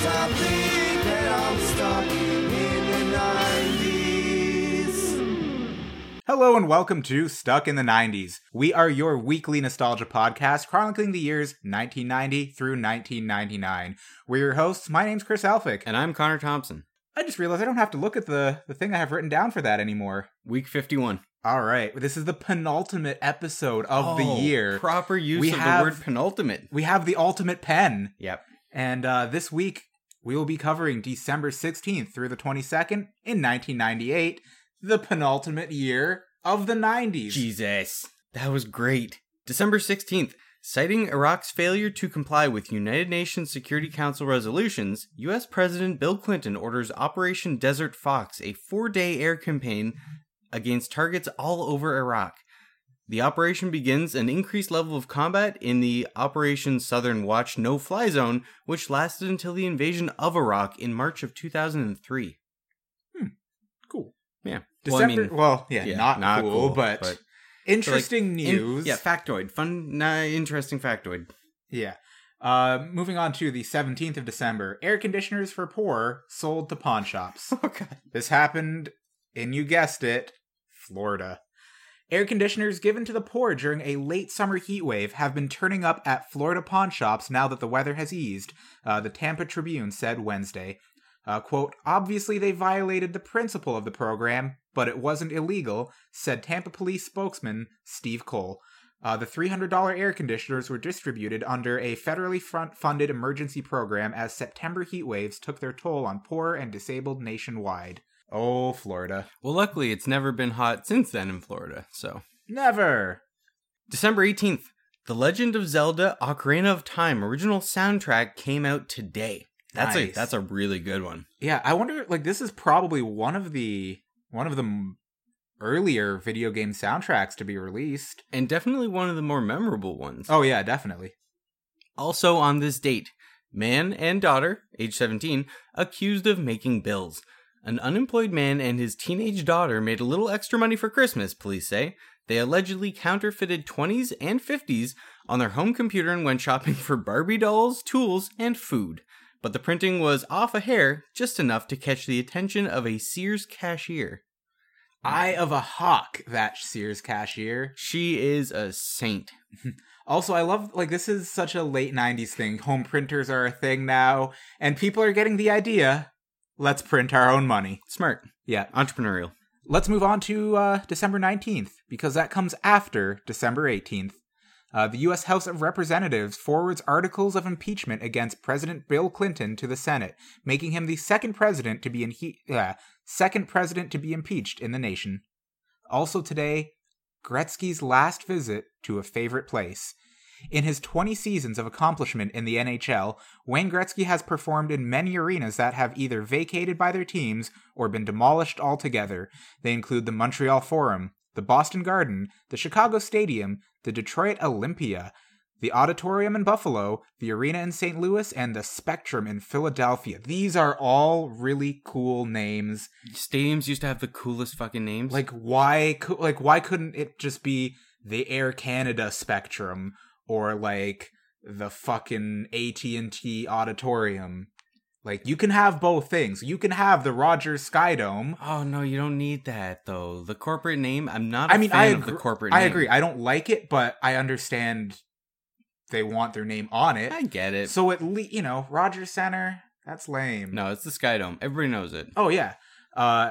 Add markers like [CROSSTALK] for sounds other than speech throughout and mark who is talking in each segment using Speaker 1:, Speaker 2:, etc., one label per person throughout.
Speaker 1: think that I'm stuck in the 90s.
Speaker 2: Hello and welcome to Stuck in the 90s. We are your weekly nostalgia podcast chronicling the years 1990 through 1999. We're your hosts. My name's Chris Alphick.
Speaker 3: And I'm Connor Thompson.
Speaker 2: I just realized I don't have to look at the, the thing I have written down for that anymore.
Speaker 3: Week 51
Speaker 2: All right. This is the penultimate episode of
Speaker 3: Oh,
Speaker 2: the year.
Speaker 3: Proper use
Speaker 2: We
Speaker 3: of
Speaker 2: have-
Speaker 3: the word penultimate.
Speaker 2: we have the ultimate pen.
Speaker 3: Yep.
Speaker 2: And uh, this week, we will be covering December 16th through the 22nd in 1998, the penultimate year of the 90s.
Speaker 3: Jesus. That was great. December 16th. Citing Iraq's failure to comply with United Nations Security Council resolutions, U.S. President Bill Clinton orders Operation Desert Fox, a four day air campaign against targets all over Iraq. The operation begins an increased level of combat in the Operation Southern Watch no fly zone, which lasted until the invasion of Iraq in March of 2003.
Speaker 2: Cool.
Speaker 3: Yeah. Well, I
Speaker 2: December. Well, [LAUGHS]
Speaker 3: mean-
Speaker 2: yeah,
Speaker 3: yeah,
Speaker 2: not,
Speaker 3: not
Speaker 2: Ah, cool,
Speaker 3: cool,
Speaker 2: but,
Speaker 3: but-
Speaker 2: interesting
Speaker 3: In-
Speaker 2: news.
Speaker 3: yeah, factoid. Fun, uh, interesting factoid.
Speaker 2: yeah. Uh, moving on to the 17th of December, air conditioners for poor sold to pawn [LAUGHS] shops.
Speaker 3: Oh god.
Speaker 2: This happened in, you guessed it, Florida. Air conditioners given to the poor during a late summer heat wave have been turning up at Florida pawn shops now that the weather has eased, uh, the Tampa Tribune said Wednesday. Uh, quote, obviously they violated the principle of the program, but it wasn't illegal, said Tampa police spokesman Steve Cole. Uh, the $300 air conditioners were distributed under a federally front funded emergency program as September heat waves took their toll on poor and disabled nationwide. Oh, Florida.
Speaker 3: Well, luckily it's never been hot since then in Florida. So,
Speaker 2: Never!
Speaker 3: December 18th, The Legend of Zelda: Ocarina of Time original soundtrack came out today. That's a
Speaker 2: Nice.
Speaker 3: that's a really good one.
Speaker 2: Yeah, I wonder, like, this is probably one of the, one of the m- earlier video game soundtracks to be released.
Speaker 3: And definitely one of the more memorable ones.
Speaker 2: Oh, yeah, definitely.
Speaker 3: Also on this date, man and daughter, age 17, accused of making bills. An unemployed man and his teenage daughter made a little extra money for Christmas, police say. They allegedly counterfeited 20s and 50s on their home computer and went shopping for Barbie dolls, tools, and food. But the printing was off a hair, just enough to catch the attention of a Sears cashier.
Speaker 2: Eye of a Hawk, that Sears cashier.
Speaker 3: She is a saint.
Speaker 2: Also, I love like this is such a late '90s thing. Home printers are a thing now, and people are getting the idea. Let's print our own money.
Speaker 3: Smart.
Speaker 2: Yeah.
Speaker 3: Entrepreneurial.
Speaker 2: Let's move on to uh, December 19th because that comes after December 18th. Uh, the U.S. House of Representatives forwards articles of impeachment against President Bill Clinton to the Senate, making him the second president to be in he- uh, second president to be impeached in the nation. Also today, Gretzky's last visit to a favorite place. In his 20 seasons of accomplishment in the NHL, Wayne Gretzky has performed in many arenas that have either vacated by their teams or been demolished altogether. They include the Montreal Forum, the Boston Garden, the Chicago Stadium, the Detroit Olympia, the Auditorium in Buffalo, the Arena in St. Louis, and the Spectrum in Philadelphia. These are all really cool names.
Speaker 3: Stadiums used to have the coolest fucking names.
Speaker 2: Like why cou- like why couldn't it just be the Air Canada Spectrum or like the fucking AT&T Auditorium? Like you can have both things. You can have the Rogers Skydome
Speaker 3: Oh no, you don't need that though. The corporate name, I'm not. I
Speaker 2: I mean,
Speaker 3: fan
Speaker 2: I
Speaker 3: of the
Speaker 2: agree-
Speaker 3: corporate.
Speaker 2: I
Speaker 3: name.
Speaker 2: agree. I don't like it, but I understand they want their name on it.
Speaker 3: I get it.
Speaker 2: so at least you know Rogers Center. That's lame.
Speaker 3: no, it's the Skydome. Everybody knows it.
Speaker 2: Oh yeah. Uh,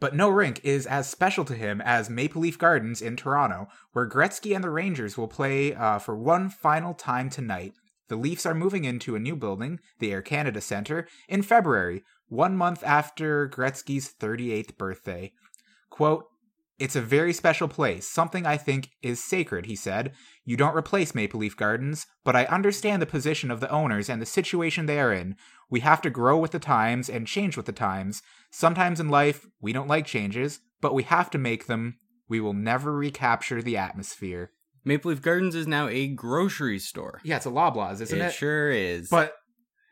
Speaker 2: but no rink is as special to him as Maple Leaf Gardens in Toronto, where Gretzky and the Rangers will play uh, for one final time tonight. The Leafs are moving into a new building, the Air Canada Centre, in February, one month after Gretzky's 38th birthday. Quote, It's a very special place, something I think is sacred, he said. You don't replace Maple Leaf Gardens, but I understand the position of the owners and the situation they are in. We have to grow with the times and change with the times. Sometimes in life, we don't like changes, but we have to make them. We will never recapture the atmosphere.
Speaker 3: Maple Leaf Gardens is now a grocery store.
Speaker 2: Yeah, it's a Loblaws, isn't it?
Speaker 3: sure is.
Speaker 2: But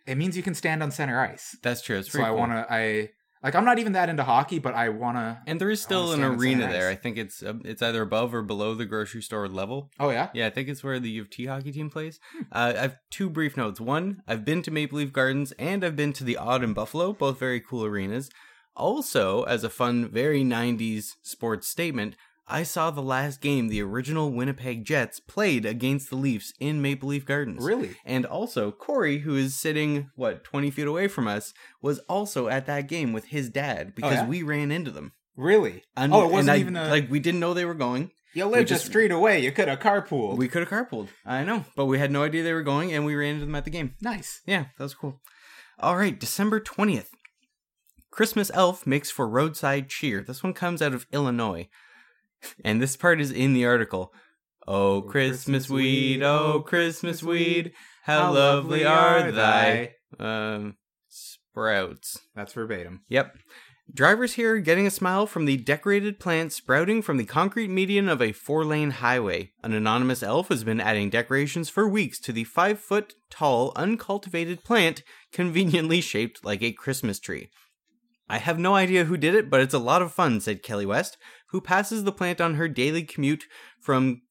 Speaker 2: it means you can stand on center ice.
Speaker 3: that's true. It's
Speaker 2: so
Speaker 3: pretty
Speaker 2: I
Speaker 3: cool.
Speaker 2: want to. I Like I'm not even that into hockey, but I wanna.
Speaker 3: And there is still an
Speaker 2: understand it's on
Speaker 3: arena
Speaker 2: ice.
Speaker 3: there. I think it's uh, it's either above or below the grocery store level.
Speaker 2: Oh yeah,
Speaker 3: Yeah, I think it's where the U of T hockey team plays.
Speaker 2: Hmm.
Speaker 3: Uh, I have two brief notes. One, I've been to Maple Leaf Gardens and I've been to the Odd in Buffalo, both very cool arenas. Also, as a fun, very 90s sports statement, I saw the last game the original Winnipeg Jets played against the Leafs in Maple Leaf Gardens.
Speaker 2: really?
Speaker 3: And also, Corey, who is sitting, what, 20 feet away from us, was also at that game with his dad because
Speaker 2: Oh, yeah?
Speaker 3: we ran into them.
Speaker 2: Really?
Speaker 3: And-
Speaker 2: oh, it wasn't
Speaker 3: and I-
Speaker 2: even a.
Speaker 3: Like, we didn't know they were going.
Speaker 2: you
Speaker 3: we
Speaker 2: lived
Speaker 3: just-
Speaker 2: a street away. You could have carpooled.
Speaker 3: We could have carpooled. I know, but we had no idea they were going, and we ran into them at the game.
Speaker 2: nice.
Speaker 3: Yeah, that was cool. All right, December 20th. Christmas Elf makes for roadside cheer. This one comes out of Illinois. And this part is in the article. Oh, Christmas weed, oh, Christmas weed, how lovely are thy um, sprouts.
Speaker 2: That's verbatim.
Speaker 3: Yep. Drivers here are getting a smile from the decorated plants sprouting from the concrete median of a four lane highway. An anonymous elf has been adding decorations for weeks to the five foot tall, uncultivated plant conveniently shaped like a Christmas tree. I have no idea who did it, but it's a lot of fun, said Kelly West, who passes the plant on her daily commute from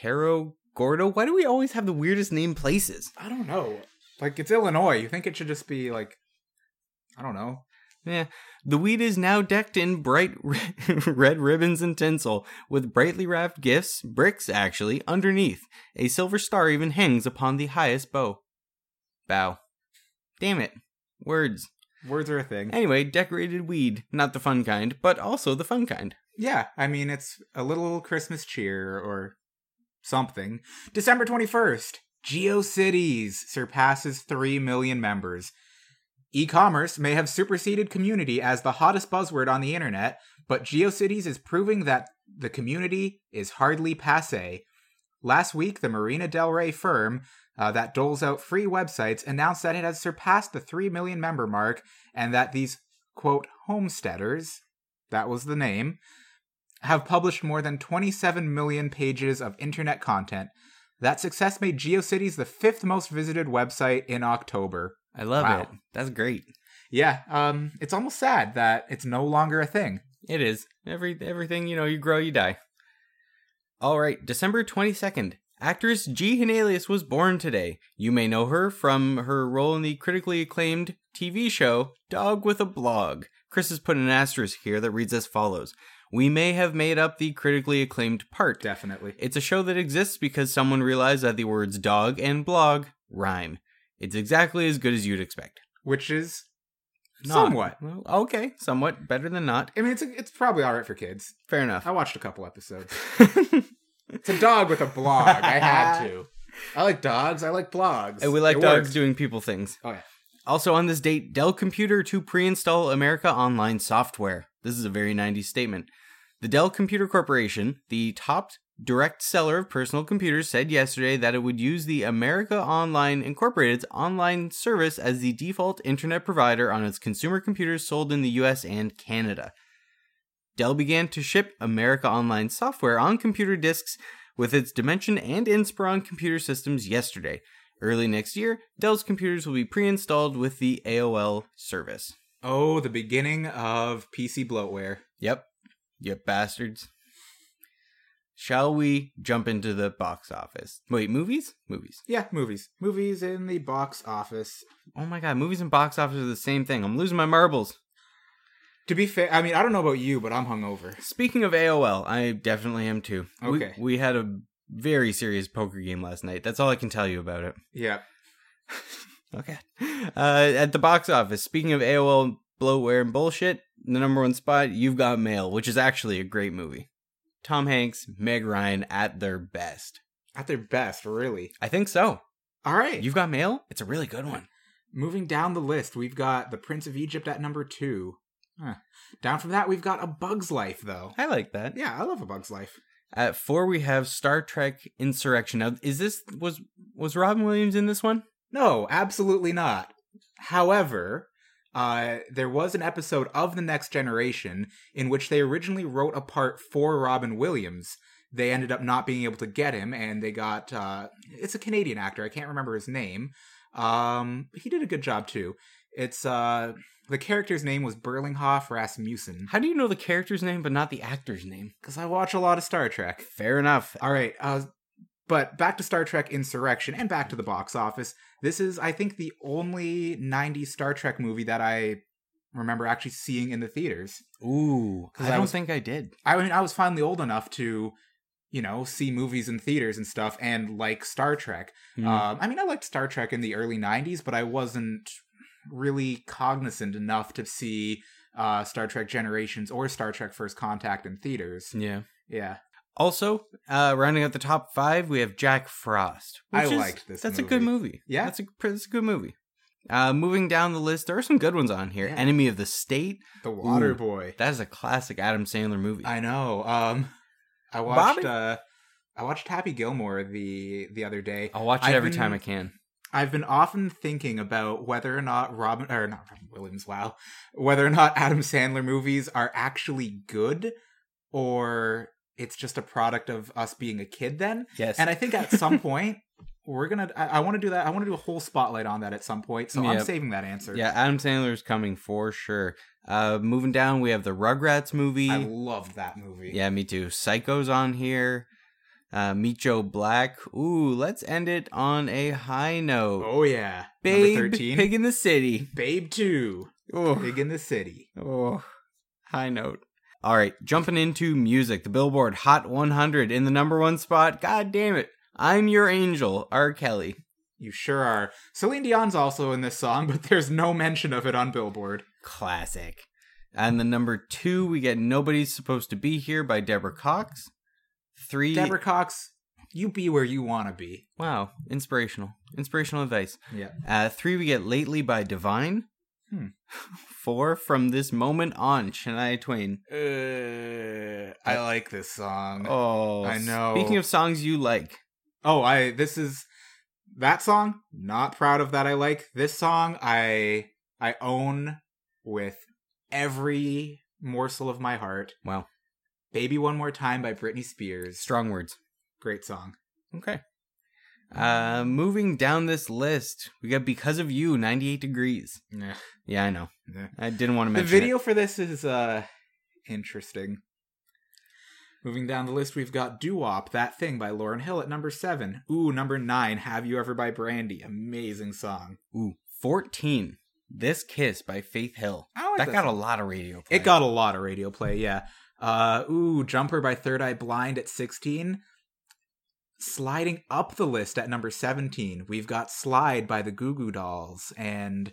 Speaker 3: Caro Gordo. Why do we always have the weirdest name places?
Speaker 2: I don't know. Like it's Illinois. You think it should just be like, I don't know.
Speaker 3: Yeah. The weed is now decked in bright [LAUGHS] re- red ribbons and tinsel, with brightly wrapped gifts, bricks actually, underneath. A silver star even hangs upon the highest bow. Bow. Damn it. Words.
Speaker 2: Words are a thing.
Speaker 3: Anyway, decorated weed. Not the fun kind, but also the fun kind.
Speaker 2: Yeah, I mean it's a little Christmas cheer or something. December 21st, GeoCities surpasses 3 million members. E-commerce may have superseded community as the hottest buzzword on the internet, but GeoCities is proving that the community is hardly passé. Last week, the Marina Del Rey firm uh, that doles out free websites announced that it has surpassed the 3 million member mark and that these quote homesteaders that was the name have published more than 27 million pages of internet content. That success made GeoCities the fifth most visited website in October.
Speaker 3: I love
Speaker 2: Wow.
Speaker 3: it. That's great.
Speaker 2: Yeah, um, it's almost sad that it's no longer a thing.
Speaker 3: It is. Every everything, you know, you grow, you die. All right, December 22nd. Actress G. Henalius was born today. You may know her from her role in the critically acclaimed TV show Dog with a Blog. Chris has put an asterisk here that reads as follows. We may have made up the critically acclaimed part.
Speaker 2: Definitely.
Speaker 3: It's a show that exists because someone realized that the words dog and blog rhyme. It's exactly as good as you'd expect.
Speaker 2: Which is
Speaker 3: Not-
Speaker 2: somewhat.
Speaker 3: Well, okay, somewhat better than not.
Speaker 2: I mean, it's, it's probably all right for kids.
Speaker 3: Fair enough.
Speaker 2: [LAUGHS] I watched a couple episodes. It's a dog with a blog. I had
Speaker 3: [LAUGHS]
Speaker 2: to. I like dogs. I like blogs.
Speaker 3: And we like
Speaker 2: It
Speaker 3: dogs
Speaker 2: works.
Speaker 3: doing people things.
Speaker 2: Oh, yeah.
Speaker 3: Also on this date, Dell Computer to pre-install America Online software. This is a very 90s statement. The Dell Computer Corporation, the top direct seller of personal computers, said yesterday that it would use the America Online Incorporated's online service as the default internet provider on its consumer computers sold in the US and Canada. Dell began to ship America Online software on computer disks with its Dimension and Inspiron computer systems yesterday. Early next year, Dell's computers will be pre installed with the AOL service.
Speaker 2: Oh, the beginning of PC bloatware.
Speaker 3: Yep. You bastards. Shall we jump into the box office? Wait, movies? Movies.
Speaker 2: Yeah, movies. Movies in the box office.
Speaker 3: Oh my god, movies and box office are the same thing. I'm losing my marbles.
Speaker 2: To be fair, I mean, I don't know about you, but I'm hungover.
Speaker 3: Speaking of AOL, I definitely am too. We-
Speaker 2: Okay.
Speaker 3: We, had a very serious poker game last night. That's all I can tell you about it.
Speaker 2: Yeah.
Speaker 3: Okay. Uh, at the box office, speaking of AOL bloatware and bullshit, the number one spot, You've Got Mail, which is actually a great movie. Tom Hanks, Meg Ryan at their best.
Speaker 2: At their best, really.
Speaker 3: I think so.
Speaker 2: All right.
Speaker 3: You've Got Mail? It's a really good one.
Speaker 2: Moving down the list, we've got The Prince of Egypt at number two. Huh. Down from that, we've got A Bug's Life, though.
Speaker 3: I like that.
Speaker 2: Yeah, I love A Bug's Life.
Speaker 3: At four, we have Star Trek Insurrection. Now, is this was was Robin Williams in this one?
Speaker 2: No, absolutely not. However, uh, there was an episode of The Next Generation in which they originally wrote a part for Robin Williams. They ended up not being able to get him, and they got uh, it's a Canadian actor. I can't remember his name. Um, he did a good job too. It's uh the character's name was Berlinghoff Rasmussen
Speaker 3: How do you know the character's name but not the actor's name?
Speaker 2: because I watch a lot of Star Trek.
Speaker 3: Fair enough.
Speaker 2: All right, uh, but back to Star Trek Insurrection and back to the box office. This is, I think, the only '90s Star Trek movie that I remember actually seeing in the theaters.
Speaker 3: Ooh,
Speaker 2: 'Cause I
Speaker 3: I don't
Speaker 2: was-
Speaker 3: think I did.
Speaker 2: I mean, I was finally old enough to, you know, see movies in theaters and stuff, and like Star Trek.
Speaker 3: Mm-hmm.
Speaker 2: Um, I mean, I liked Star Trek in the early '90s, but I wasn't really cognizant enough to see uh, Star Trek Generations or Star Trek First Contact in theaters.
Speaker 3: yeah.
Speaker 2: Yeah,
Speaker 3: Also, uh, rounding out the top five, we have Jack Frost.
Speaker 2: I
Speaker 3: which is-
Speaker 2: liked this
Speaker 3: That's a good movie.
Speaker 2: Yeah.
Speaker 3: that's a that's a good movie. Uh, moving down the list, there are some good ones on here.
Speaker 2: Yeah.
Speaker 3: Enemy of the State.
Speaker 2: The Water
Speaker 3: Ooh.
Speaker 2: Boy.
Speaker 3: That is a classic Adam Sandler movie.
Speaker 2: I know. Um, I watched.
Speaker 3: Bobby-
Speaker 2: Uh, I watched Happy Gilmore the the other day.
Speaker 3: I'll watch it
Speaker 2: I've
Speaker 3: every
Speaker 2: been-
Speaker 3: time I can.
Speaker 2: I've been often thinking about whether or not Robin or not Robin Williams, wow, whether or not Adam Sandler movies are actually good or it's just a product of us being a kid then.
Speaker 3: Yes,
Speaker 2: And I think at
Speaker 3: [LAUGHS]
Speaker 2: some point we're gonna. I, I want to do that. I want to do a whole spotlight on that at some point. So I'm
Speaker 3: Yep.
Speaker 2: saving that answer.
Speaker 3: yeah, Adam Sandler is coming for sure. Uh, moving down, we have the Rugrats movie.
Speaker 2: I loved that movie.
Speaker 3: Yeah, me too. Psycho's on here. Uh, Meet Joe Black. Ooh, let's end it on a high note.
Speaker 2: Oh yeah.
Speaker 3: Babe,
Speaker 2: Number thirteen.
Speaker 3: Pig in the City.
Speaker 2: Babe two.
Speaker 3: Oh,
Speaker 2: Big in the city.
Speaker 3: oh, high note. All right, jumping into music. The Billboard Hot 100 in the number one spot. God damn it. I'm your angel, R. Kelly.
Speaker 2: You sure are. Celine Dion's also in this song, [LAUGHS] but there's no mention of it on Billboard.
Speaker 3: Classic. And the number two, we get Nobody's Supposed to Be Here by Deborah Cox. Three.
Speaker 2: Deborah Cox, you be where you want to be.
Speaker 3: Wow, inspirational. Inspirational advice.
Speaker 2: Yeah.
Speaker 3: Uh, three we get Lately by Divine.
Speaker 2: Hmm.
Speaker 3: [LAUGHS] Four from this moment on, Shania Twain.
Speaker 2: Uh, I like this song. Oh.
Speaker 3: Oh,
Speaker 2: I know.
Speaker 3: Speaking of songs you like,
Speaker 2: I this is that song. Not proud of that. I like this song. I I own with every morsel of my heart.
Speaker 3: wow,
Speaker 2: Baby One More Time by Britney Spears.
Speaker 3: strong words.
Speaker 2: Great song.
Speaker 3: Okay. Uh, moving down this list, we got Because of You, 98 Degrees.
Speaker 2: Yeah.
Speaker 3: Yeah, I know.
Speaker 2: Yeah.
Speaker 3: I didn't want to
Speaker 2: The
Speaker 3: mention
Speaker 2: video for this is uh interesting. Moving down the list, we've got Doo Wop, That Thing by Lauren Hill at number seven. Ooh, number nine, Have You Ever by Brandy. Amazing song.
Speaker 3: It. Ooh, 14. This Kiss by Faith Hill.
Speaker 2: I like
Speaker 3: That
Speaker 2: that
Speaker 3: got a
Speaker 2: song.
Speaker 3: lot of radio play.
Speaker 2: It got a lot of radio play, yeah. Uh, ooh, Jumper by Third Eye Blind at 16. Sliding up the list at number 17, we've got Slide by the Goo Goo Dolls. And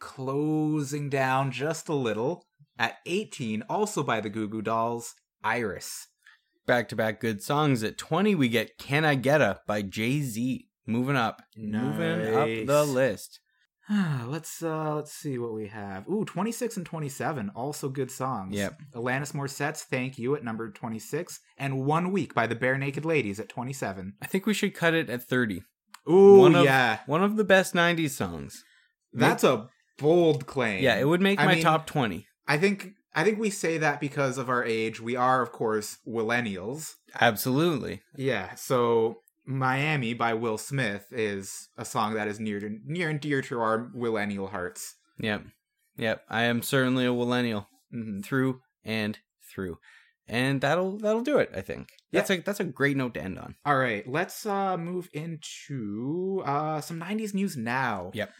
Speaker 2: closing down just a little at 18, also by the Goo Goo Dolls, Iris. [SIGHS]
Speaker 3: back to back good songs. At 20, we get Can I Get A by Jay Z. Moving up. Moving up
Speaker 2: Nice.
Speaker 3: the list.
Speaker 2: let's uh let's see what we have. Ooh, 26 and 27, also good songs.
Speaker 3: Yep.
Speaker 2: Alanis Morissette's Thank You at number 26 and One Week by the Bare Naked Ladies at 27.
Speaker 3: I think we should cut it at 30.
Speaker 2: Ooh,
Speaker 3: One of-
Speaker 2: yeah.
Speaker 3: One of the best 90s songs.
Speaker 2: That's a bold claim.
Speaker 3: Yeah, it would make
Speaker 2: I
Speaker 3: my
Speaker 2: mean-
Speaker 3: top 20.
Speaker 2: I think I think we say that because of our age. We are of course millennials.
Speaker 3: Absolutely.
Speaker 2: Yeah. So Miami by Will Smith is a song that is near to, near and dear to our millennial hearts.
Speaker 3: Yep. Yep. I am certainly a millennial
Speaker 2: Mhm.
Speaker 3: through and through. And that'll that'll do it, I think.
Speaker 2: Yeah.
Speaker 3: That's a that's a great note to end on.
Speaker 2: All right, let's uh move into uh some 90s news now.
Speaker 3: Yep.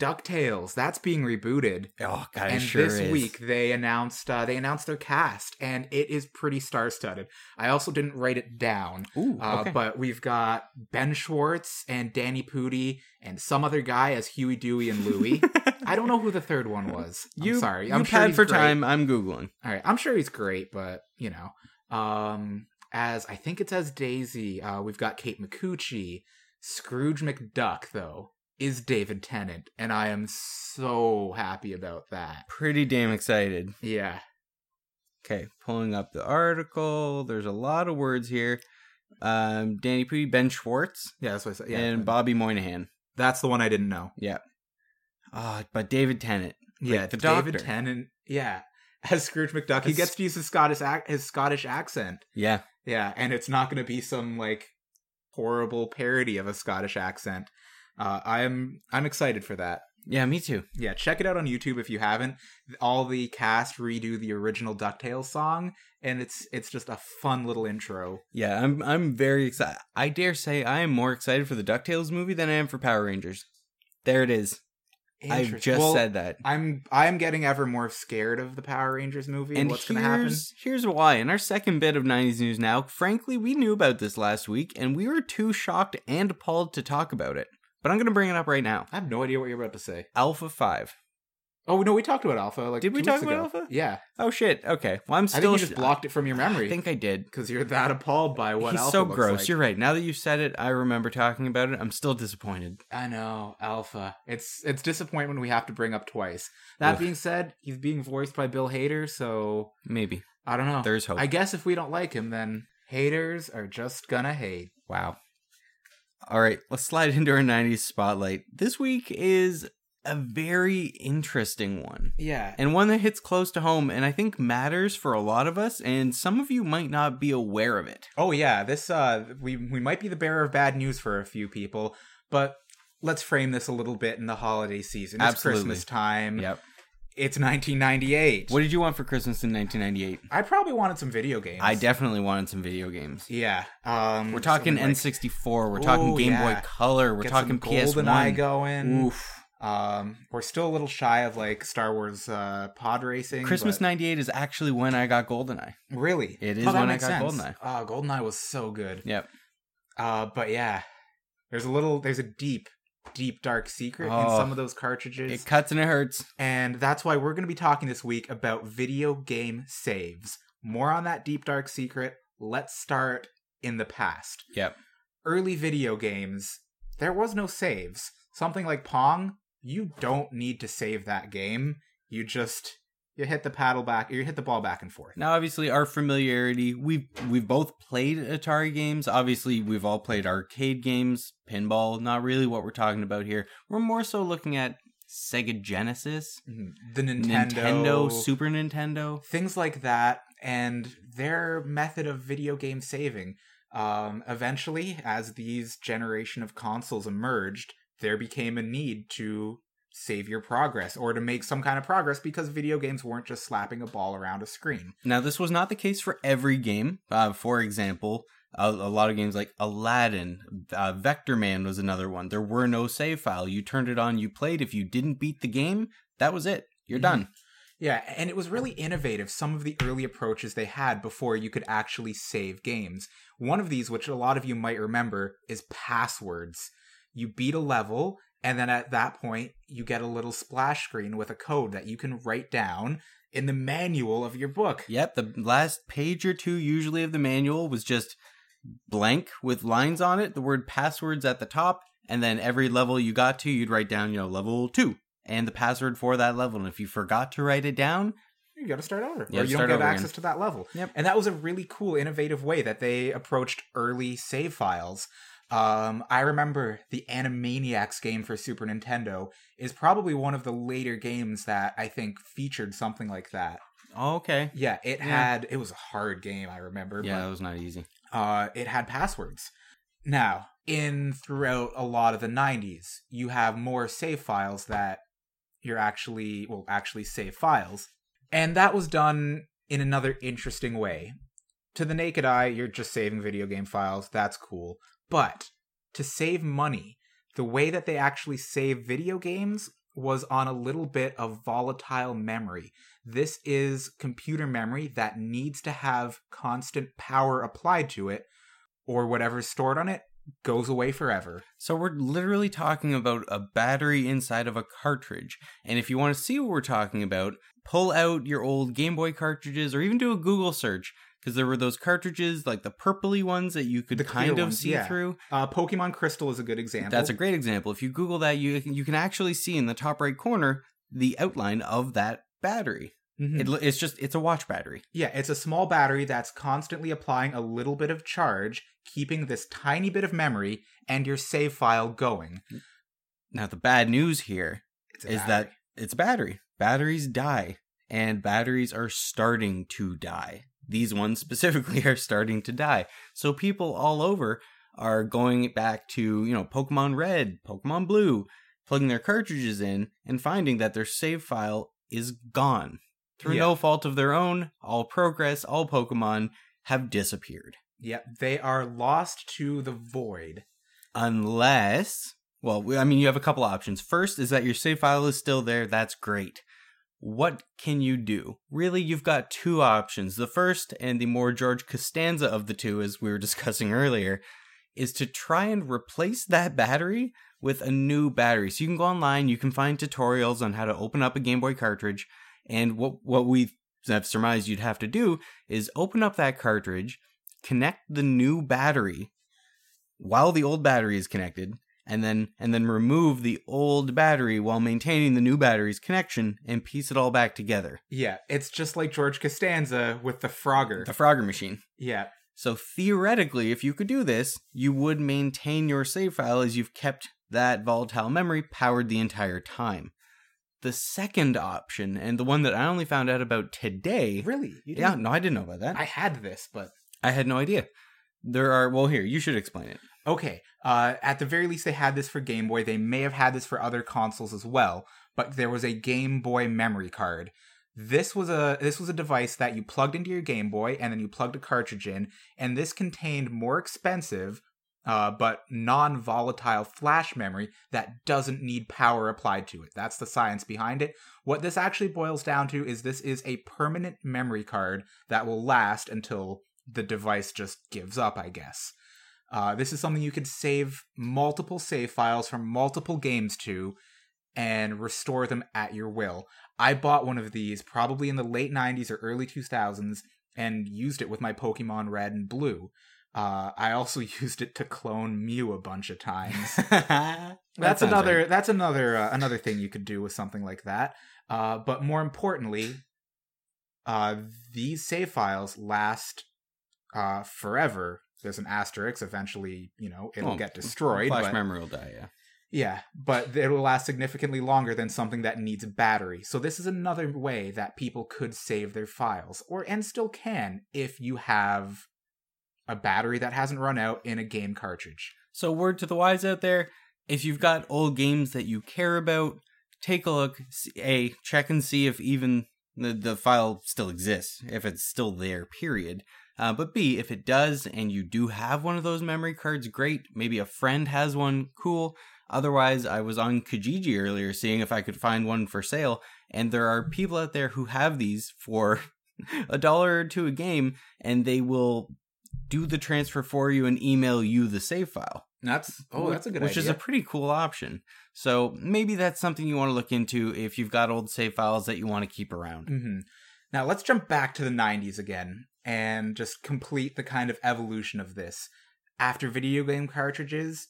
Speaker 2: DuckTales, that's being rebooted.
Speaker 3: Oh god,
Speaker 2: and
Speaker 3: it sure
Speaker 2: this
Speaker 3: is.
Speaker 2: week they announced uh they announced their cast and it is pretty star-studded. I also didn't write it down.
Speaker 3: Ooh,
Speaker 2: Uh,
Speaker 3: okay.
Speaker 2: But we've got Ben Schwartz and Danny Pudi and some other guy as Huey, Dewey, and
Speaker 3: [LAUGHS]
Speaker 2: Louie. I don't know who the third one was. I'm
Speaker 3: you,
Speaker 2: sorry.
Speaker 3: You
Speaker 2: I'm sure
Speaker 3: pad
Speaker 2: he's
Speaker 3: for
Speaker 2: great.
Speaker 3: time. I'm googling.
Speaker 2: All right, I'm sure he's great, but you know, um, as I think it's as Daisy. Uh, we've got Kate McCucci, Scrooge McDuck though is David Tennant, and I am so happy about that.
Speaker 3: Pretty damn excited.
Speaker 2: Yeah,
Speaker 3: Okay, pulling up the article. There's a lot of words here. Um, Danny Pudi, Ben Schwartz,
Speaker 2: yeah, that's what I said. Yeah,
Speaker 3: and Bobby Moynihan.
Speaker 2: that's the one I didn't know.
Speaker 3: Yeah. Ah, but David Tennant.
Speaker 2: yeah,
Speaker 3: the
Speaker 2: David
Speaker 3: doctor.
Speaker 2: Tennant. Yeah, [LAUGHS] as Scrooge McDuck, he
Speaker 3: That's-
Speaker 2: gets to use his Scottish ac- his Scottish accent.
Speaker 3: Yeah.
Speaker 2: Yeah, and it's not going to be some like horrible parody of a Scottish accent. Uh, I'm I'm excited for that.
Speaker 3: Yeah, me too.
Speaker 2: Yeah, check it out on YouTube if you haven't. All the cast redo the original DuckTales song, and it's it's just a fun little intro.
Speaker 3: Yeah, I'm I'm very excited. I dare say I am more excited for the DuckTales movie than I am for Power Rangers. There it is. I
Speaker 2: Interest-
Speaker 3: just
Speaker 2: Well,
Speaker 3: said that.
Speaker 2: I'm I'm getting ever more scared of the Power Rangers movie and what's going to happen.
Speaker 3: here's- Here's why. In our second bit of 90s news now, frankly, we knew about this last week and we were too shocked and appalled to talk about it. But I'm going to bring it up right now.
Speaker 2: I have no idea what you're about to say.
Speaker 3: Alpha 5.
Speaker 2: Oh no, we talked about Alpha. Like
Speaker 3: Did we
Speaker 2: two weeks
Speaker 3: talk about
Speaker 2: ago.
Speaker 3: Alpha?
Speaker 2: Yeah,
Speaker 3: Oh shit. Okay. Well, I'm
Speaker 2: I
Speaker 3: still
Speaker 2: think you just blocked it from your
Speaker 3: I
Speaker 2: memory
Speaker 3: think I did.
Speaker 2: because you're that appalled by what
Speaker 3: He's
Speaker 2: Alpha
Speaker 3: so
Speaker 2: looks
Speaker 3: gross.
Speaker 2: like.
Speaker 3: You're right. Now that you said it, I remember talking about it. I'm still disappointed.
Speaker 2: I know Alpha. It's it's disappointment we have to bring up twice. That
Speaker 3: Ugh.
Speaker 2: being said, he's being voiced by Bill Hader, so
Speaker 3: Maybe.
Speaker 2: I don't know.
Speaker 3: There's hope.
Speaker 2: Oh, I guess if we don't like him, then haters are just gonna hate.
Speaker 3: Wow. All right, let's slide [LAUGHS] into our 90s spotlight. This week is a very interesting one.
Speaker 2: Yeah,
Speaker 3: and one that hits close to home and I think matters for a lot of us, and some of you might not be aware of it.
Speaker 2: Oh yeah, this uh we we might be the bearer of bad news for a few people, but let's frame this a little bit in the holiday season. It's
Speaker 3: Absolutely.
Speaker 2: Christmas time.
Speaker 3: Yep.
Speaker 2: It's 1998.
Speaker 3: What did you want for Christmas in 1998?
Speaker 2: I probably wanted some video games.
Speaker 3: I definitely wanted some video games.
Speaker 2: Yeah. Um
Speaker 3: We're talking
Speaker 2: something like-
Speaker 3: N64, we're
Speaker 2: Ooh,
Speaker 3: talking Game
Speaker 2: yeah.
Speaker 3: Boy Color, we're
Speaker 2: get
Speaker 3: talking
Speaker 2: some GoldenEye
Speaker 3: PS1.
Speaker 2: going.
Speaker 3: Oof.
Speaker 2: Um we're still a little shy of like Star Wars uh pod racing.
Speaker 3: Christmas
Speaker 2: but-
Speaker 3: 98 is actually when I got GoldenEye.
Speaker 2: Really?
Speaker 3: It is
Speaker 2: oh, that
Speaker 3: when I
Speaker 2: makes
Speaker 3: got
Speaker 2: sense.
Speaker 3: GoldenEye.
Speaker 2: Oh, GoldenEye was so good.
Speaker 3: Yep.
Speaker 2: Uh, but yeah, there's a little, there's a deep, deep dark secret in
Speaker 3: Oh.
Speaker 2: some of those cartridges,
Speaker 3: It cuts and it hurts.
Speaker 2: and that's why we're going to be talking this week about video game saves. More on that deep dark secret. Let's start in the past.
Speaker 3: Yep.
Speaker 2: Early video games, there was no saves. Something like Pong, you don't need to save that game. You just you hit the paddle back, you hit the ball back and forth.
Speaker 3: Now obviously our familiarity, we we've both played Atari games. Obviously, we've all played arcade games, pinball, not really what we're talking about here. We're more so looking at Sega Genesis,
Speaker 2: Mhm. The
Speaker 3: Nintendo,
Speaker 2: Nintendo
Speaker 3: Super Nintendo.
Speaker 2: things like that and their method of video game saving um, eventually as these generation of consoles emerged there became a need to save your progress or to make some kind of progress because video games weren't just slapping a ball around a screen
Speaker 3: Now this was not the case for every game. Uh, for example, a, a lot of games like Aladdin, uh, Vector Man was another one. There were no save file. You turned it on, you played. If you didn't beat the game, that was it. You're
Speaker 2: Mhm.
Speaker 3: done.
Speaker 2: yeah and it was really innovative some of the early approaches they had before you could actually save games one of these which a lot of you might remember is passwords you beat a level and then at that point you get a little splash screen with a code that you can write down in the manual of your book
Speaker 3: Yep, the last page or two usually of the manual was just blank with lines on it, the word passwords at the top, and then every level you got to, you'd write down, you know, level 2 and the password for that level. And if you forgot to write it down,
Speaker 2: you got to start over
Speaker 3: Yeah,
Speaker 2: or you don't
Speaker 3: start
Speaker 2: get
Speaker 3: over again.
Speaker 2: access to that level
Speaker 3: Yep.
Speaker 2: and that was a really cool innovative way that they approached early save files um, I remember the Animaniacs game for Super Nintendo is probably one of the later games that I think featured something like that.
Speaker 3: oh, okay.
Speaker 2: Yeah, it
Speaker 3: Yeah.
Speaker 2: had it was a hard game, I remember.
Speaker 3: Yeah,
Speaker 2: but
Speaker 3: that was not easy.
Speaker 2: uh, it had passwords. Now, in throughout a lot of the 90s, you have more save files that you're actually, well, actually save files. And that was done in another interesting way. To the naked eye, you're just saving video game files. That's cool. But to save money, the way that they actually save video games was on a little bit of volatile memory. This is computer memory that needs to have constant power applied to it, or whatever's stored on it goes away forever.
Speaker 3: So we're literally talking about a battery inside of a cartridge. And if you want to see what we're talking about, pull out your old Game Boy cartridges or even do a Google search because there were those cartridges like the purpley ones that you could
Speaker 2: The clear
Speaker 3: kind of
Speaker 2: ones,
Speaker 3: see
Speaker 2: yeah.
Speaker 3: through.
Speaker 2: Uh, Pokemon Crystal is a good example.
Speaker 3: That's a great example. If you Google that, you you can actually see in the top right corner the outline of that battery.
Speaker 2: Mhm.
Speaker 3: It, lo- it's just it's a watch battery.
Speaker 2: yeah, it's a small battery that's constantly applying a little bit of charge, keeping this tiny bit of memory and your save file going.
Speaker 3: Now the bad news here
Speaker 2: It's a
Speaker 3: is that
Speaker 2: battery.
Speaker 3: it's a battery. Batteries die, and batteries are starting to die. These ones [LAUGHS] specifically are starting to die. So people all over are going back to you know Pokemon Red, Pokemon Blue, plugging their cartridges in, and finding that their save file is gone. Through
Speaker 2: Yeah.
Speaker 3: no fault of their own, all progress, all Pokemon have disappeared.
Speaker 2: Yep, they are lost to the void.
Speaker 3: Unless, well, we- I mean, you have a couple options. First is that your save file is still there. That's great. What can you do? Really, you've got two options. The first, and the more George Costanza of the two, as we were [LAUGHS] discussing earlier, is to try and replace that battery with a new battery. So you can go online, you can find tutorials on how to open up a Game Boy cartridge. And what, what we have surmised you'd have to do is open up that cartridge, connect the new battery while the old battery is connected and then and then remove the old battery while maintaining the new battery's connection and piece it all back together
Speaker 2: Yeah, it's just like George Costanza with the Frogger.
Speaker 3: the frogger machine
Speaker 2: yeah,
Speaker 3: so theoretically if you could do this you would maintain your save file as you've kept that volatile memory powered the entire time the second option and the one that i only found out about today
Speaker 2: really? You
Speaker 3: yeah
Speaker 2: didn't-
Speaker 3: no i didn't know about that
Speaker 2: I
Speaker 3: I,
Speaker 2: had this, but
Speaker 3: had no idea there are well here you should explain it
Speaker 2: okay. Uh, at the very least, they had this for Game Boy. They may have had this for other consoles as well, but there was a Game Boy memory card. This was a this was a device that you plugged into your Game Boy and then you plugged a cartridge in, and this contained more expensive. Uh, but non-volatile flash memory that doesn't need power applied to it. That's the science behind it. What this actually boils down to is this is a permanent memory card that will last until the device just gives up, I guess. Uh, this is something you could save multiple save files from multiple games to and restore them at your will. I bought one of these probably in the late 90s or early 2000s and used it with my Pokemon Red and Blue. Uh, I also [LAUGHS] used it to clone Mew a bunch of times that's
Speaker 3: sounds
Speaker 2: another that's another uh, another thing you could do with something like that uh, but more importantly uh, these save files last uh, forever there's an asterisk eventually you know it'll
Speaker 3: Well,
Speaker 2: get destroyed
Speaker 3: flash
Speaker 2: but-
Speaker 3: memory will die yeah
Speaker 2: yeah but it'll last significantly longer than something that needs a battery so this is another way that people could save their files or and still can if you have a battery that hasn't run out in a game cartridge
Speaker 3: So, word to the wise out there if you've got old games that you care about, take a look, s- A, check and see if even the, the file still exists, if it's still there, period. Uh, but B, if it does and you do have one of those memory cards, great. Maybe a friend has one, cool. Otherwise, I was on Kijiji earlier seeing if I could find one for sale, and there are people out there who have these for [LAUGHS] a dollar or two a game, and they will do the transfer for you and email you the save file
Speaker 2: that's oh that's a good
Speaker 3: which is a
Speaker 2: idea.
Speaker 3: pretty cool option. So maybe that's something you want to look into if you've got old save files that you want to keep around.
Speaker 2: hmm Now let's jump back to the 90s again and just complete the kind of evolution of this. After video game cartridges,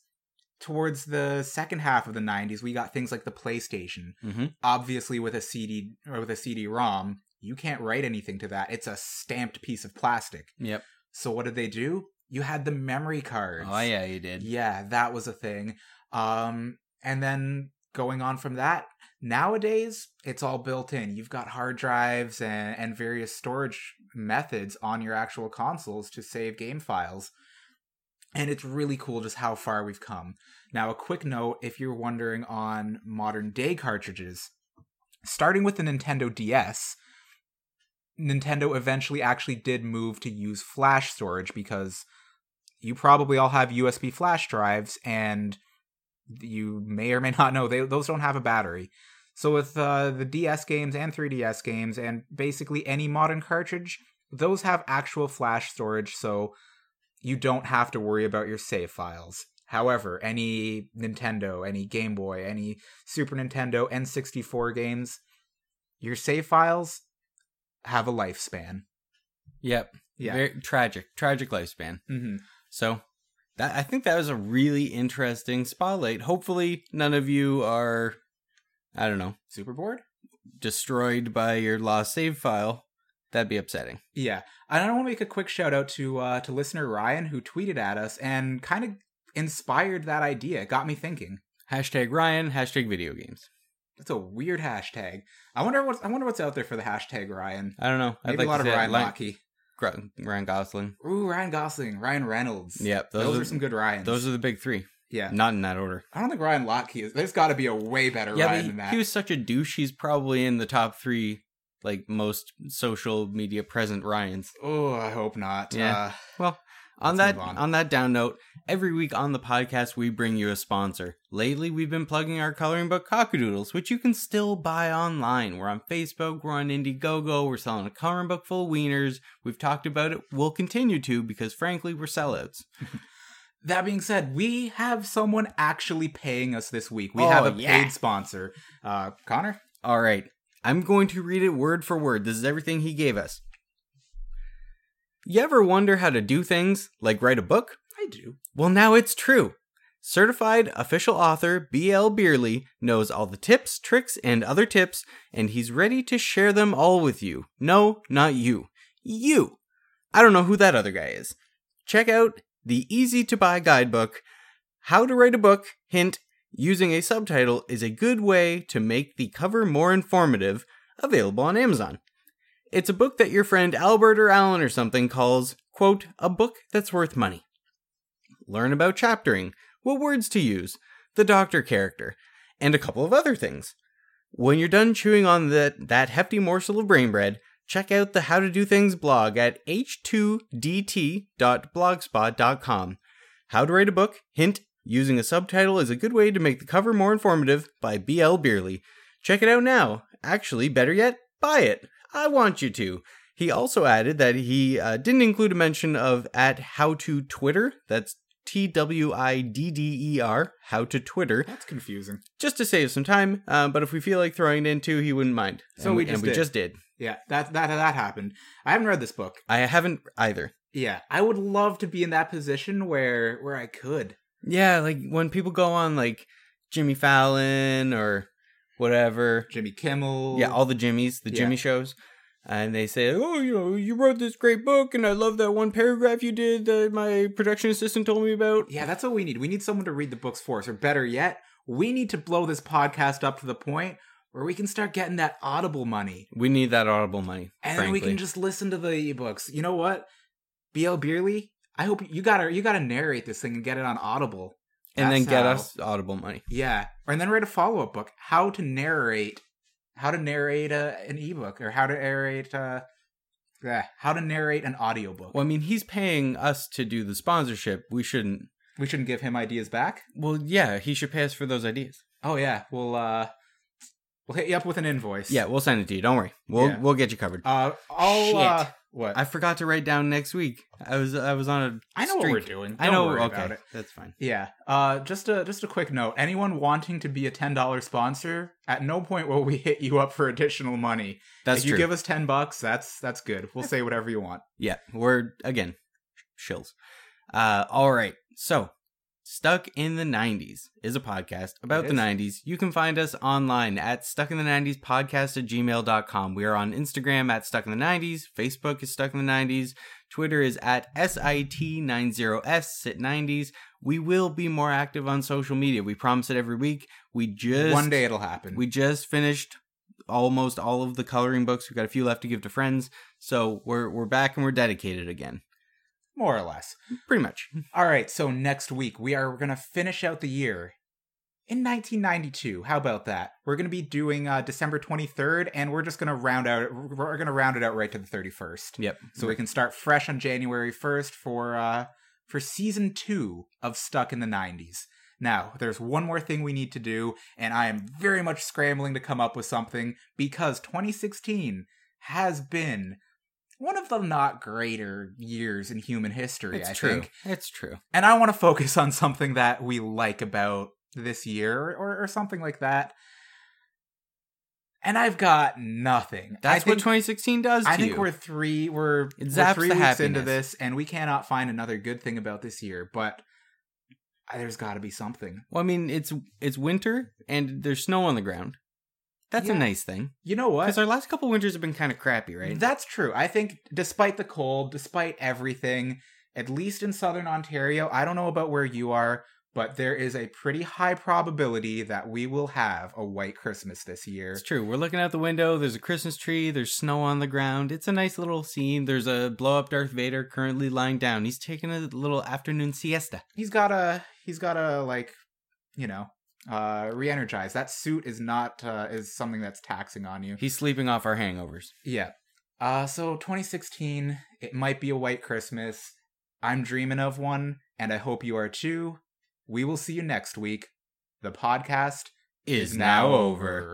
Speaker 2: towards the second half of the 90s, we got things like the PlayStation.
Speaker 3: Mm-hmm.
Speaker 2: Obviously, with a CD or with a CD-ROM, you can't write anything to that. It's a stamped piece of plastic.
Speaker 3: Yep.
Speaker 2: So what did they do? You had the memory cards.
Speaker 3: Oh yeah, you did.
Speaker 2: Yeah, that was a thing. Um, and then going on from that, nowadays it's all built in. You've got hard drives and, and various storage methods on your actual consoles to save game files. And it's really cool just how far we've come. Now, a quick note if you're wondering on modern day cartridges, starting with the Nintendo DS, Nintendo eventually actually did move to use flash storage because you probably all have USB flash drives, and you may or may not know they those don't have a battery. So with uh, the DS games and 3DS games, and basically any modern cartridge, those have actual flash storage, so you don't have to worry about your save files. However, any Nintendo, any Game Boy, any Super Nintendo, N64 games, your save files have a lifespan.
Speaker 3: Yep. Very tragic, tragic lifespan.
Speaker 2: hmm
Speaker 3: So that I think that was a really interesting spotlight. Hopefully, none of you are, I don't know,
Speaker 2: Super bored?
Speaker 3: destroyed by your lost save file. That'd be upsetting.
Speaker 2: Yeah, and I want to make a quick shout out to uh, to listener Ryan who tweeted at us and kind of inspired that idea. It got me thinking.
Speaker 3: Hashtag Ryan. Hashtag video games.
Speaker 2: That's a weird hashtag. I wonder what's I wonder what's out there for the hashtag Ryan.
Speaker 3: I don't know.
Speaker 2: Maybe a lot of Ryan Lochte.
Speaker 3: Ryan Gosling.
Speaker 2: Ooh, Ryan Gosling, Ryan Reynolds.
Speaker 3: Yep.
Speaker 2: those, are, some good Ryans.
Speaker 3: Those are the big three.
Speaker 2: Yeah.
Speaker 3: Not in that order.
Speaker 2: I don't think Ryan Lochte is. There's got to be a way better
Speaker 3: yeah,
Speaker 2: Ryan
Speaker 3: but
Speaker 2: than
Speaker 3: he,
Speaker 2: that.
Speaker 3: he was such a douche. He's probably in the top three, like most social media present Ryans.
Speaker 2: oh, I hope not.
Speaker 3: Yeah.
Speaker 2: Uh,
Speaker 3: On
Speaker 2: Let's
Speaker 3: that
Speaker 2: move on.
Speaker 3: on. that down note, every week on the podcast we bring you a sponsor. Lately, we've been plugging our coloring book Cockadoodles, which you can still buy online. We're on Facebook, we're on Indiegogo, we're selling a coloring book full of wieners. We've talked about it. We'll continue to because frankly, we're sellouts.
Speaker 2: that being said, we have someone actually paying us this week. We
Speaker 3: Oh,
Speaker 2: have a
Speaker 3: yeah.
Speaker 2: paid sponsor. Uh, Connor?
Speaker 3: All right. I'm going to read it word for word. This is everything he gave us. You ever wonder how to do things like write a book?
Speaker 2: I do.
Speaker 3: Well, now it's true. Certified official author B.L. Beerley knows all the tips, tricks, and other tips, and he's ready to share them all with you. No, not you. You! I don't know who that other guy is. Check out the easy to buy guidebook How to Write a Book Hint Using a Subtitle is a good way to make the cover more informative, available on Amazon. It's a book that your friend Albert or Alan or something calls, quote, a book that's worth money learn about chaptering, what words to use, the doctor character, and a couple of other things. When you're done chewing on that, that hefty morsel of brain bread, check out the How to Do Things blog at h2dt.blogspot.com. How to Write a Book, Hint, Using a Subtitle is a Good Way to Make the Cover More Informative by B.L. Beerley. Check it out now. Actually, better yet, buy it. I want you to. He also added that he uh, didn't include a mention of at how to Twitter. That's T W I D D E R, how to Twitter,
Speaker 2: That's confusing.
Speaker 3: just to save some time. Uh, but if we feel like throwing it in too, he wouldn't mind.
Speaker 2: So
Speaker 3: and
Speaker 2: we just
Speaker 3: and we
Speaker 2: did.
Speaker 3: just did.
Speaker 2: Yeah, that, that, that happened. I haven't read this book.
Speaker 3: I haven't either.
Speaker 2: Yeah, I would love to be in that position where where I could.
Speaker 3: Yeah, like when people go on like Jimmy Fallon or whatever.
Speaker 2: Jimmy Kimmel.
Speaker 3: Yeah, all the Jimmys, the
Speaker 2: Yeah.
Speaker 3: Jimmy shows. And they say, oh, you know, you wrote this great book, and I love that one paragraph you did that my production assistant told me about.
Speaker 2: yeah, that's what we need. We need someone to read the books for us, or better yet, we need to blow this podcast up to the point where we can start getting that Audible money,
Speaker 3: We need that Audible money.
Speaker 2: and
Speaker 3: frankly.
Speaker 2: then we can just listen to the ebooks. You know what, BL Beerley? I hope you gotta you gotta narrate this thing and get it on Audible,
Speaker 3: and then
Speaker 2: That's
Speaker 3: get
Speaker 2: how-
Speaker 3: us Audible money.
Speaker 2: Yeah, and then write a follow up book: how to narrate, how to narrate uh, an ebook, or how to narrate, uh, yeah, how to narrate an audiobook.
Speaker 3: Well, I mean, he's paying us to do the sponsorship. We shouldn't.
Speaker 2: We shouldn't give him ideas back.
Speaker 3: Well, yeah, he should pay us for those ideas.
Speaker 2: Oh yeah, we'll uh, we'll hit you up with an invoice.
Speaker 3: Yeah, we'll send it to you. Don't worry. We'll
Speaker 2: Yeah.
Speaker 3: we'll get you covered.
Speaker 2: Uh, I'll
Speaker 3: Shit.
Speaker 2: uh, what?
Speaker 3: I forgot to write down next week. I was I was on a
Speaker 2: I know what
Speaker 3: streak.
Speaker 2: we're doing.
Speaker 3: I
Speaker 2: Don't
Speaker 3: know.
Speaker 2: worry
Speaker 3: okay,
Speaker 2: about it.
Speaker 3: that's fine.
Speaker 2: Yeah. Uh, just a just a quick note. Anyone wanting to be a ten dollar sponsor, at no point will we hit you up for additional money.
Speaker 3: That's
Speaker 2: if you
Speaker 3: true.
Speaker 2: give us ten bucks, that's that's good. We'll say whatever you want.
Speaker 3: yeah, we're again shills. Uh, all right. So, Stuck in the 90s is a podcast about
Speaker 2: It
Speaker 3: the
Speaker 2: is.
Speaker 3: 90s. You can find us online at stuckinthe90spodcast at gmail.com. We are on Instagram at Stuck in the 90s. Facebook is Stuck in the 90s. Twitter is at SIT90S, sit90s. We will be more active on social media. We promise it every week. We just.
Speaker 2: One day it'll happen.
Speaker 3: We just finished almost all of the coloring books. We've got a few left to give to friends. So we're we're back and we're dedicated again.
Speaker 2: more or less.
Speaker 3: Pretty much.
Speaker 2: All right. So next week we are going to finish out the year. In 1992, how about that? We're going to be doing uh, December 23rd, and we're just going to round out. We're going to round it out right to the 31st.
Speaker 3: Yep.
Speaker 2: so we can start fresh on January 1st for uh for season 2 of Stuck in the 90s. Now, there's one more thing we need to do and I am very much scrambling to come up with something because 2016 has been one of the not greater years in human history,
Speaker 3: it's
Speaker 2: I
Speaker 3: true.
Speaker 2: think.
Speaker 3: It's true.
Speaker 2: And I want to focus on something that we like about this year or, or something like that. And I've got nothing. I
Speaker 3: That's
Speaker 2: think-
Speaker 3: what 2016 does to
Speaker 2: I think
Speaker 3: you.
Speaker 2: we're three we're,
Speaker 3: It
Speaker 2: we're
Speaker 3: zaps
Speaker 2: three
Speaker 3: the
Speaker 2: weeks into
Speaker 3: happiness.
Speaker 2: this, and we cannot find another good thing about this year. But I- there's got to be something.
Speaker 3: well, I mean, it's it's winter and there's snow on the ground. That's a
Speaker 2: Yeah.
Speaker 3: nice thing.
Speaker 2: You know
Speaker 3: Because
Speaker 2: what?
Speaker 3: our last couple winters have been kind of crappy, right?
Speaker 2: That's true. I think despite the cold, despite everything, at least in southern Ontario, I don't know about where you are, but there is a pretty high probability that we will have a white Christmas this year.
Speaker 3: It's true. We're looking out the window. There's a Christmas tree. There's snow on the ground. It's a nice little scene. There's a blow up Darth Vader currently lying down. He's taking a little afternoon siesta.
Speaker 2: He's got a he's got a like, you know, uh re-energize. That suit is not uh is something that's taxing on you.
Speaker 3: He's sleeping off our hangovers.
Speaker 2: Yeah. Uh so 2016, it might be a white Christmas. I'm dreaming of one and I hope you are too. We will see you next week. The podcast
Speaker 3: Is now over.